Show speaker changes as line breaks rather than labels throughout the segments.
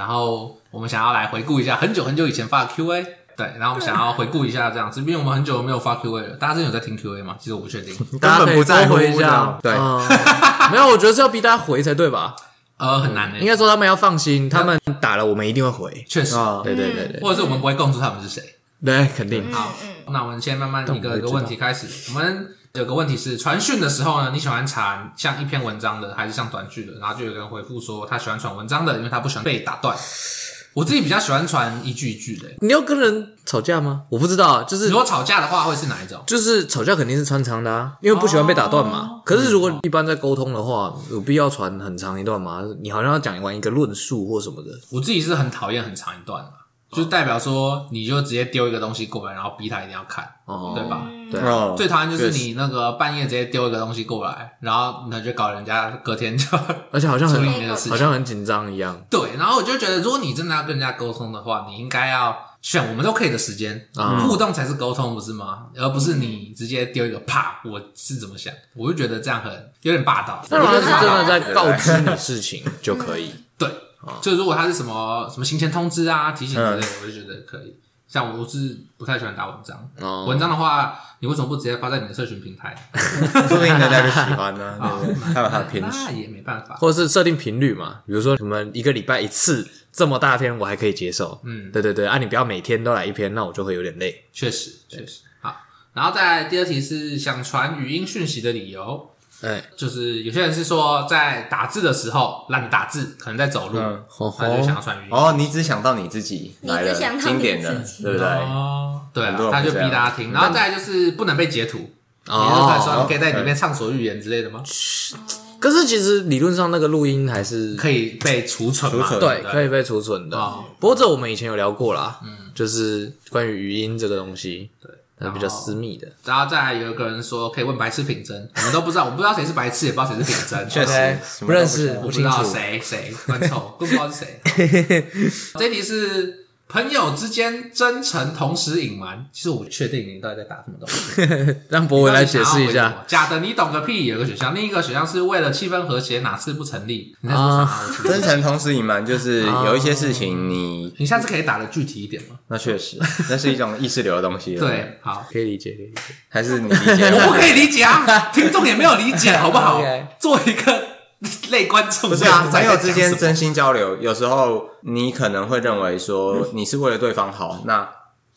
然后我们想要来回顾一下很久很久以前发的 Q&A，对，然后我们想要回顾一下这样子，因为我们很久没有发 Q&A 了。大家真的有在听 Q&A 吗？其实我不确 定。
大家可
根本
以
不在
多
乎
回一
这
下
样。对
嗯 没有，我觉得是要逼大家回才对吧？
呃，很难的、
应该说他们要放心，他们
打了我们一定会回。
确实，
啊，
对对对 对，
或者是我们不会供出他们是谁。
对，肯定
好，
嗯
那我们先慢慢一个一
但
个
我们
问
不
题
知
开始。我们有个问题是，传讯的时候呢，你喜欢传像一篇文章的，还是像短句的？然后就有人回复说他喜欢传文章的，因为他不喜欢被打断。我自己比较喜欢传一句一句的、
你要跟人吵架吗？我不知道，就是
如果吵架的话，会是哪一种？
就是吵架肯定是穿长的啊，因为不喜欢被打断
哦
嘛。可是如果一般在沟通的话，有必要传很长一段吗？你好像要讲完一个论述或什么的，
我自己是很讨厌很长一段的，
哦
就代表说你就直接丢一个东西过来，然后逼他一定要看，
哦，
对？吧？
对啊，
哦，
最讨厌就是你那个半夜直接丢一个东西过来，然后那就搞人家隔天就
而且好像
处
很
理你的事情。
好像很紧张一样
对，然后我就觉得，如果你真的要跟人家沟通的话，你应该要选我们都可以的时间，
啊
互动才是沟通，不是吗？而不是你直接丢一个啪，我是怎么想？我就觉得这样很有点霸道。
那如
我
果
觉得
他
霸
是
道
真的在告知你事情就可以，
对，
啊
就如果他是什么什么行前通知啊、提醒
嗯
之类的，我就觉得可以。像我是不太喜欢打文章，
哦
文章的话，你为什么不直接发在你的社群平台？
说不定人家就喜欢呢，
啊
对不对？他有他的偏
那
执。
也没办法。
或者是设定频率嘛，比如说你们一个礼拜一次这么大篇，我还可以接受。
嗯
对对对，啊，你不要每天都来一篇，那我就会有点累。
确实，确实好。然后再来第二题是想传语音讯息的理由，
哎，
就是有些人是说在打字的时候懒得打字，可能在走路，
嗯
哎吼吼
他就想要传语音。
哦，你只想到你自己来
你只想
了，
到
经典的
你自，己
对不对？
哦，对啊
很多，人
他就
会
逼
这样
大家听。然后再来就是不能被截图，也就是说
哦
你，可以在里面畅所欲言之类的吗？
可是其实理论上那个录音还是
可以被储存嘛？
储存
对，可
以
以被储存的
哦。
不过这我们以前有聊过啦，嗯，就是关于语音这个东西，对，那比较私密的。
然后再来有一个人说可以问白痴品真，我们都不知道，我们不知道谁是白痴，也不知道谁是品 真，
确实
OK，不
什么都不
认识
知，
我不
清
知道
楚。
谁谁很丑，更不知道是 谁。这一题是朋友之间真诚同时隐瞒，其实我不确定你到底在打什么东 西。
让博文来解释一下，，
假的你懂个屁！有一个选项，另一个选项是为了气氛和谐，哪次不成立？你在说啥
啊
我听不懂？
真诚同时隐瞒，就是
啊
有一些事情你
你下次可以打的具体一点吗？
那 确实，那是一种意识流的东西。不，
对，好，
可以理解，可以理解。
还是你理 解
我不
我
可以理解啊，听众也没有理解，好不 好
OK？
做一个类观众，
不是啊，朋友之间真心交流，有时候你可能会认为说你是为了对方好，那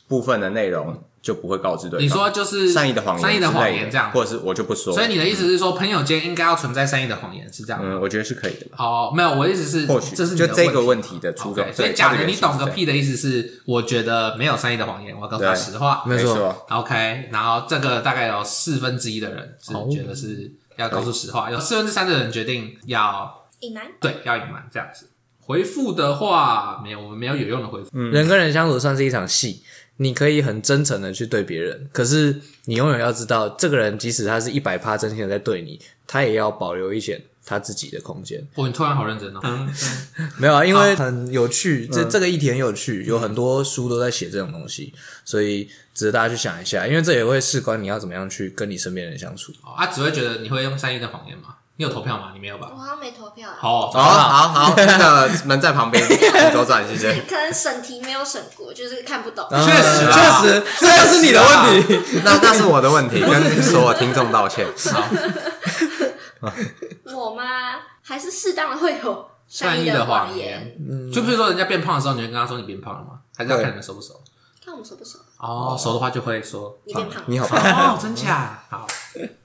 部分的内容就不会告知对方。
你说就是
善意的谎言之类，
善意的谎言这样。
或者是我就不说。
所以你的意思是说，朋友间应该要存在善意的谎言，是这样吗？
嗯，我觉得是可以的吧。
哦，没有，我的意思是，
或许
这是你
就
的
这个
问
问
题
题的初
OK，
衷。
所以
对
假
它
的
的
你
原型
懂个
是这样
屁的意思是，我觉得没有善意的谎言，我要告诉他
对
实话。
没
没
错
错，
OK，然后这个大概有四分之一的人是
哦
觉得是要告诉实话，有四分之三的人决定要
隐瞒
对要隐瞒这样子。回复的话，没有，我们没有有用的回复。
人跟人相处算是一场戏，你可以很真诚的去对别人，可是你永远要知道，这个人即使他是一百趴真心的在对你，他也要保留一些他自己的空间。
哦，你突然好认真哦。
没有啊，因为嗯很有趣，这这个议题很有趣，有很多书都在写这种东西，所以值得大家去想一下，因为这也会事关你要怎么样去跟你身边人相处。
哦，他只会觉得你会用善意的谎言吗？你有投票吗？你没有
我
吧？
好像没投票啊，
好，
好 好哦好，那个门在旁边，请左转，谢谢。
可能审题没有审过，就是看不懂。
确实啊
确实，这就是你的问题。
那那是我的 问题，跟所有听众道歉。
我吗？还是适当的会有
善
意
意的
谎
谎言，嗯就比如说人家变胖的时候，你会跟他说你变胖了吗？还是要看你们熟不熟？
看我们熟不熟？
哦，熟的话就会说
你变胖，
你好
哦
棒，，
真假？好，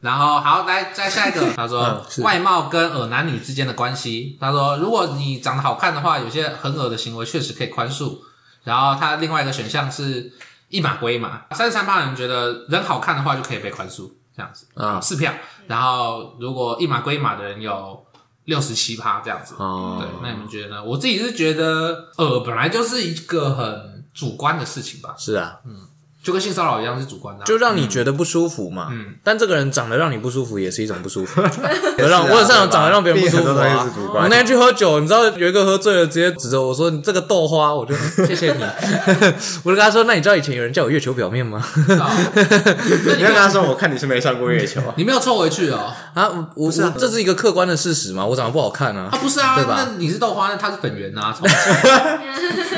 然后好，来再下一个，他说外貌跟耳男女之间的关系。他说，如果你长得好看的话，有些很恶的行为确实可以宽恕。然后他另外一个选项是一码归一码，三十三趴人觉得人好看的话就可以被宽恕，这样子
啊
四票。然后如果一码归一码的人有六十七趴这样子，
哦
对，那你们觉得呢？我自己是觉得，呃，本来就是一个很主观的事情吧，
是啊，
就跟性骚扰一样是主观的啊、嗯
就让你觉得不舒服嘛。但这个人长得让你不舒服也是一种不 舒服，
啊
让我有上场长得让别人不舒服
很多东西
啊
是。主
我
观
那天去喝酒，你知道有一个喝醉了，直接指着我说：“你这个豆花！”我就 谢 谢你，我就跟他说：“那你知道以前有人叫我月球表面吗
知道那
你
你
要
没有
跟他说，我看你是没上过 月球啊。
你没有抽回去哦？”
啊，我是这是一个客观的事实嘛，我长得不好看啊
啊，。不是啊，
对吧
那你是豆花，那他是粉圆啊。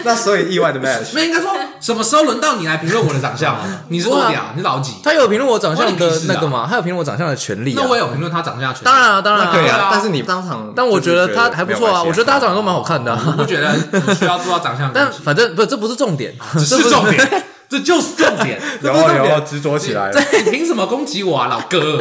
那所以意外的 match，
所以应该说， 什么时候轮到你来评论我的长相啊？你是多
不会
屌，你老几？
他有评论我长相
关你
的
屁事啊
那个嘛，他有评论我长相的权利啊
那。我也有评论他长相的权利。
当然啊，当然
那可以
对啊
啊。但是你当场，
但我觉得他还不错啊，我觉得大家长得都蛮好看的啊。
我不觉得你需要做到长相的
但
东 西，
反正不，这不是重点，
只
这不
是重点，这就是重点。
有
这不是重
有
点
有执着起来了。
你凭什么攻击我啊，老哥？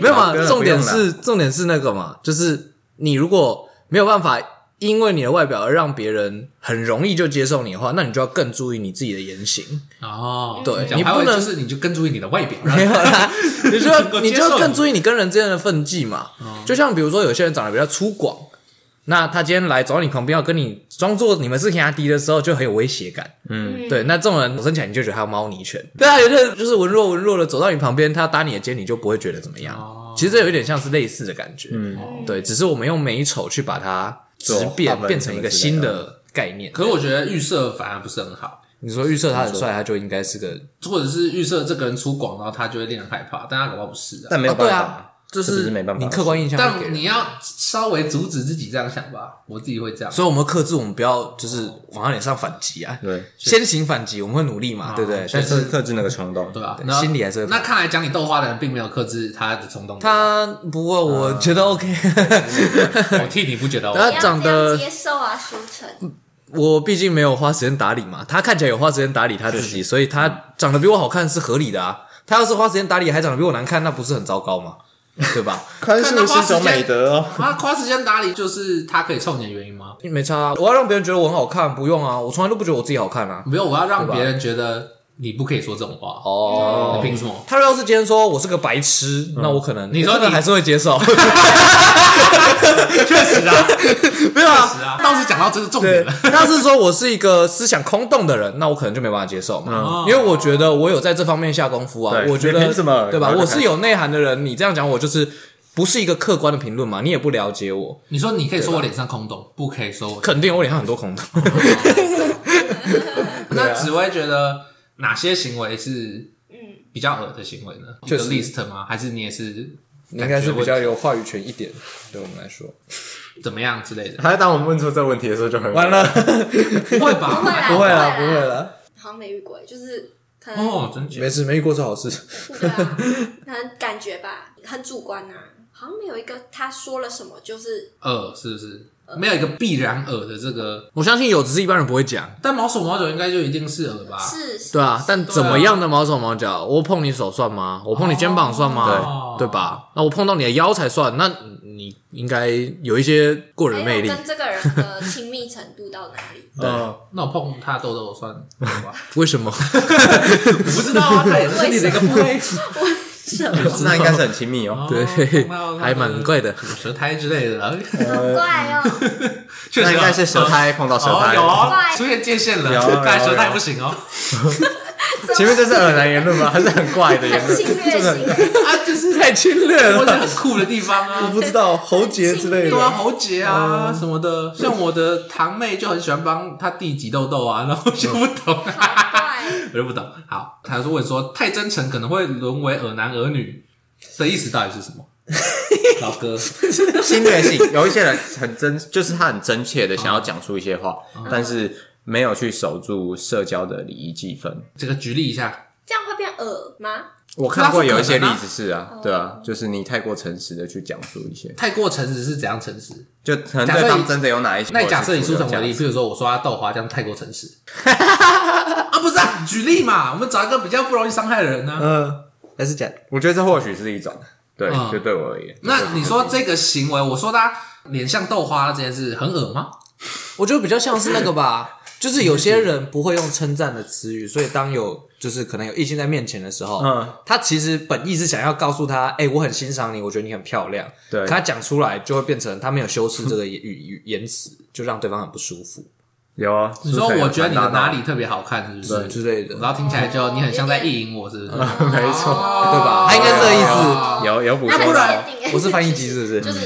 没有嘛
真的？不
重点
用啦
是重点是那个嘛，就是你如果没有办法因为你的外表而让别人很容易就接受你的话，那你就要更注意你自己的言行。
哦，
对
讲
你不
白话
能
就是你就更注意你的外表，
没 有啦，你就
能够
要
接
你
受哦
就要更注意你跟人之间的分际嘛。就像比如说有些人长得比较粗犷，那他今天来走到你旁边要跟你装作你们是兄弟的时候，就很有威胁感。
嗯
对，那这种人走起来你就觉得他要猫你一
嗯
拳。对啊，有些人就是文弱文弱的走到你旁边，他打你的肩，你就不会觉得怎么样。
哦
其实这有一点像是类似的感觉。
嗯
对，只是我们用美丑去把它直
做
变
划分
变成一个
什么之类
新
的
的概念。
可是我觉得预设反而不是很好，
你说预测他很帅，他就应该是个
或者是预设这个人粗犷，然后他就会令人害怕，但他搞不好不是啊。
但没有
啊对
办
啊
法，，
就
这
是
不是没办法
你客观印象会给人。
但你要稍微阻止自己这样想吧，我自己会这样。
所以我们克制，我们不要就是往他脸上反击啊。
对，
先行反击，我们会努力
啊
嘛，对不对？
确
但
实
是
克克制那个冲动。
对吧？
对
那
心里还是会
那看来讲你豆花的人并没有克制他的冲动。
他不过我觉得 OK，
我替你不觉得
然
哦，
后
不要
长
这
得
样接受啊，舒晨。
我毕竟没有花时间打理嘛，他看起来有花时间打理他自己，所以他长得比我好看是合理的啊。他要是花时间打理还长得比我难看，那不是很糟糕吗？对吧？
宽
看他
恕
花
是
时间
种美德哦。
他花时间打理就是他可以臭你的原因吗？
没差、啊，我要让别人觉得我很好看，不用啊，我从来都不觉得我自己好看啊。
没有，我要让
对吧
别人觉得你不可以说这种话。
哦
你，凭什么？
他要是今天说我是个白痴，那我可能
你说
我可能
你
还是会接受，
确实啊，
没有啊
确。实啊，倒是讲到这是重点
对
了。，
他是说我是一个思想空洞的人，那我可能就没办法接受嘛
嗯，
因为我觉得我有在这方面下功夫啊，
对
我觉得
你凭什么
对吧？
然后
我
就开
是
始
有内涵的人，你这样讲我就是不是一个客观的评论嘛，你也不了解我，
你说你可以说我脸上空洞，不可以说我。
肯定我脸上很多空 洞。
那紫薇觉得哪些行为是
嗯，
比较恶的行为呢？
确
就是
实
list 吗？还是你也是
你应该是比较有话语权一点，对我们来说。
怎么样之类的？
他当我们问出这个问题的时候，就很？
完了，
不会吧？
不
不会啦
会了，
啦
不会 了，
好像没遇过，就是可能、
哦，真假
没？事，没遇过是好事。
对啊，可能感觉吧，很主观呐、啊，好像没有一个他说了什么就是
恶呃是不是？没有一个必然恶的这个，
我相信有，只是一般人不会讲。
但毛手毛脚应该就一定是恶吧？
是，
对啊，但怎么样的毛手毛脚？我碰你手算吗？我碰你肩膀算吗
哦？
对
对
对吧？那我碰到你的腰才算。那你应该有一些过人
还
魅
有
力。
哎跟这个人的亲密程度到哪里
嗯，
那我碰他痘痘算恶 吧？
为 什么？
我不知道啊，他也是身体的一个部 位，
什么？
那应该是很亲密哦。
对
碰到，他
还
的
蛮怪的。
什么舌苔之类的，
好怪哦！
确实啊
那应该是舌苔碰到舌
哦，
苔
有。哦
怪，
出现界限了
有，
看来舌苔
有
不行哦。
前面这是耳男言论吗？还是很怪的言
很
论？
侵略性，
啊，就是
太侵略
或者
了，
很酷的地方啊，
不知道喉结
之类的
对啊，喉结啊什么的。像我的堂妹就很喜欢帮她弟挤痘痘啊，然后就不懂，
好怪。
我就不懂。好，他是问说太真诚可能会沦为耳男耳女的意思到底是什么？老哥，
侵略性，有一些人很真，就是他很真切的想要讲出一些话，
嗯
但是没有去守住社交的礼仪气氛。
这个举例一下，
这样会变耳吗？
我看过有一些例子是啊，对啊，就是你太过诚实的去讲述一些，
太过诚实是怎样诚实？
就可能对方真的有哪一些。
那你假设以
出
书城为例，譬如说我说他豆花，这样太过诚实。 啊，不是啊，举例嘛，我们找一个比较不容易伤害的人呢、
嗯，还是假的。
我觉得这或许是一种，对，
嗯
就对我而言，
那你说这个行为，我说他脸像豆花这件事很恶吗？
我觉得比较像是那个 吧，就是有些人不会用称赞的词语，所以当有就是可能有异性在面前的时候，
嗯，
他其实本意是想要告诉他，哎、我很欣赏你，我觉得你很漂亮，
对
可他讲出来就会变成他没有修饰这个语语言词，就让对方很不舒服。
有啊，
你说我觉得你的哪
里？
里特别好看，是不
对哦之
是？
类的，嗯
然后听起来就你很像在意淫我，是不是？哦
没错，
对吧？他应该是这个意思。
哦
有有补充
那
到。
不然
我是翻译机是不是
就是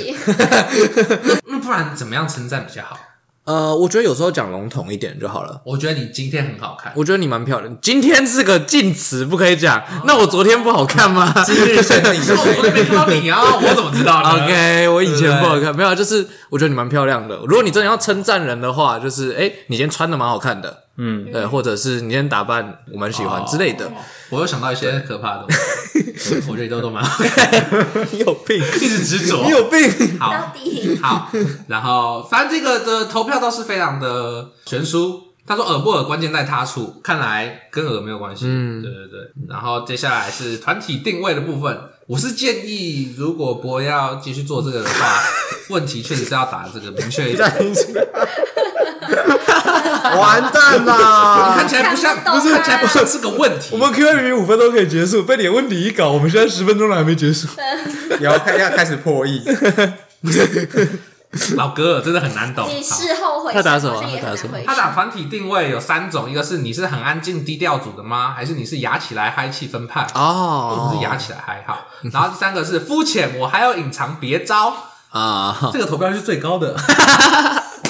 那不然怎么样称赞比较好？
呃，我觉得有时候讲笼统一点就好了。
我觉得你今天很好看，
我觉得你蛮漂亮。今天是个禁词，不可以讲。那我昨天不好看吗
日限 定
可是我昨天没看到你啊， 我怎么知道呢？
？OK，我以前啊不好看，没有，啊就是我觉得你蛮漂亮的。如果你真的要称赞人的话，就是哎、你今天穿的蛮好看的，
嗯，
对，或者是你今天打扮我蛮喜欢
哦
之类的。
我又想到一些可 怕的东西，我觉得都都蛮好看，
你有病，
一直执着
你。有病。
好
到，底
好，然后反正这个的投票倒是非常的悬殊。他说耳不耳关键在他处，看来跟耳没有关系。嗯，对对对。然后接下来是团体定位的部分，我是建议如果博要继续做这个的 话，问题确实是要打这个明确一 点。
完蛋啦！
看起来不像，
看不懂
看起来
啊
不像是个问题。
Q 语五分钟可以结束，被你的问题一搞，我们现在十分钟了还没结束。
要开要开始破译，
老哥真的很难懂。
你
好
事后悔想，
他打什么
好像也很难回去
他打团体定位有三种，一个是你是很安静低调组的吗？还是你是牙起来嗨气氛派？
哦，
不是牙起来嗨好。然后第三个是肤浅，我还要隐藏别招，
啊。
这个投票是最高的，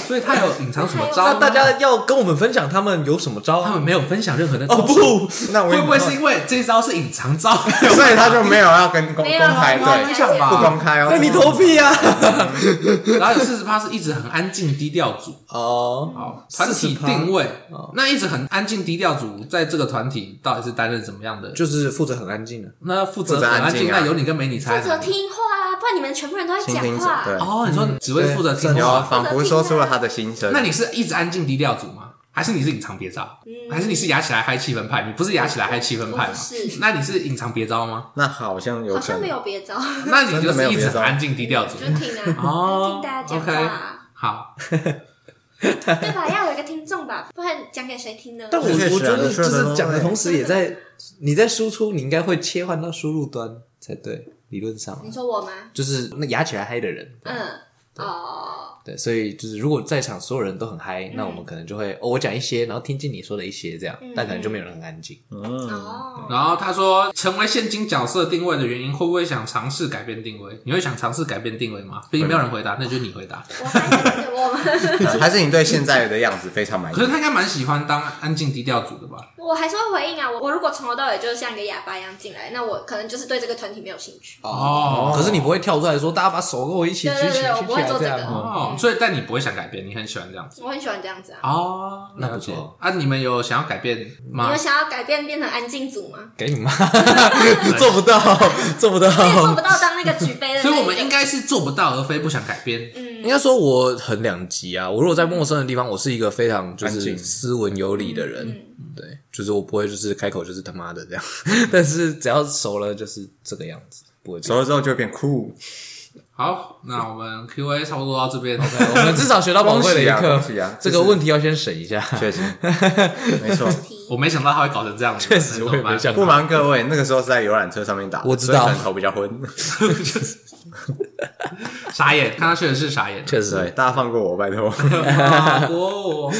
所以他有隐藏什么
那
招吗？
大家要跟我们分享他们有什么招
他
啊？
们没有分享任何的
哦
招数
不，
那我
会不会是因为这招是隐藏 招？
所以他就没有要跟公公
没有啊
开
没有
对，
分享吧
不公开哦。
那你投屁 啊！
然后有四十趴是一直很安静低调组，
哦，
好，团体
40%
定位，
哦
那一直很安静低调组，在这个团体到底是担任什么样的？
就是负责很安静的。
那负责
负责
很
安
安静，
静啊
那有你跟没你差
负
哪
责
里。
听话啊，不然你们全部人都在
倾
讲
听者
话。
对，嗯
哦，你说只会负责听
对
有啊，
话，
仿佛说出了他的心声。
那你是一直安静低调组吗？还是你是隐藏别招？还是你是牙起来嗨气氛派？你不是牙起来嗨气氛派吗
嗯我不是？
那你是隐藏别招吗？
那好像有
好
可
像
能
没有别招，
那你就
真的没
是
有
一
别
直
招
很安静低调组
就。听啊，
哦
听大家讲
，OK
话，啊
好，
对吧？要有一个听众吧，不然讲给谁听呢？
但我
确实啊
我觉得就
确实
是
啊
讲 的同时，也在你在输出，你应该会切换到输入端才对，理论上啊
你说我吗？
就是那牙起来嗨的人，
嗯，哦，
对，所以就是如果在场所有人都很嗨，那我们可能就会哦，我讲一些，然后听进你说的一些这样
嗯，
但可能就没有人很安静。
嗯
哦，
然后他说，成为现今角色定位的原因，会不会想尝试改变定位？你会想尝试改变定位吗？毕竟没有人回答，那就是你回答。
我还以为我们，
还是你对现在的样子非常满
可是
意？
他应该蛮喜欢当安静低调组的吧？
我还是会回应啊。我我如果从头到尾就是像一个哑巴一样进来，那我可能就是对这个团体没有兴趣。
哦
可是你不会跳出来说，大家把手跟我一起
对
举起
对
来，
对，我
举
不
起
会
来
做
这
这
样。
个，
哦，所以但你不会想改变，你很喜欢这样子
我很喜欢这样子啊。
哦，
那不
了解
错
啊。你们有想要改变
你
吗
们？想要改变变成安静组 吗？
给你妈，做不到，做不到。
我也做不到当那个举杯的那一个，
所以我们应该是做不到，而非不想改变。
应该说我很两极啊。我如果在陌生的地方，我是一个非常就
安
是
静
斯文有礼的人，
嗯
对，就是我不会就是开口就是他妈的这样。 但是只要熟了，就是这个样子，不 会变。
熟了之后就会 变酷，
好，那我们 Q&A 差不多到这边。
我们至少学到宝贵的一课。
恭喜啊恭喜啊
这个问题要先审一下。
确实，没错。
我没想到他会搞成这样子，确
实我也没想
不瞒各位，那个时候是在游览车上面打，
我知道
所以可能头比较昏。
傻眼，看他确实是傻眼。
确
对，
实，
大家放过我，拜托。
哦法国，好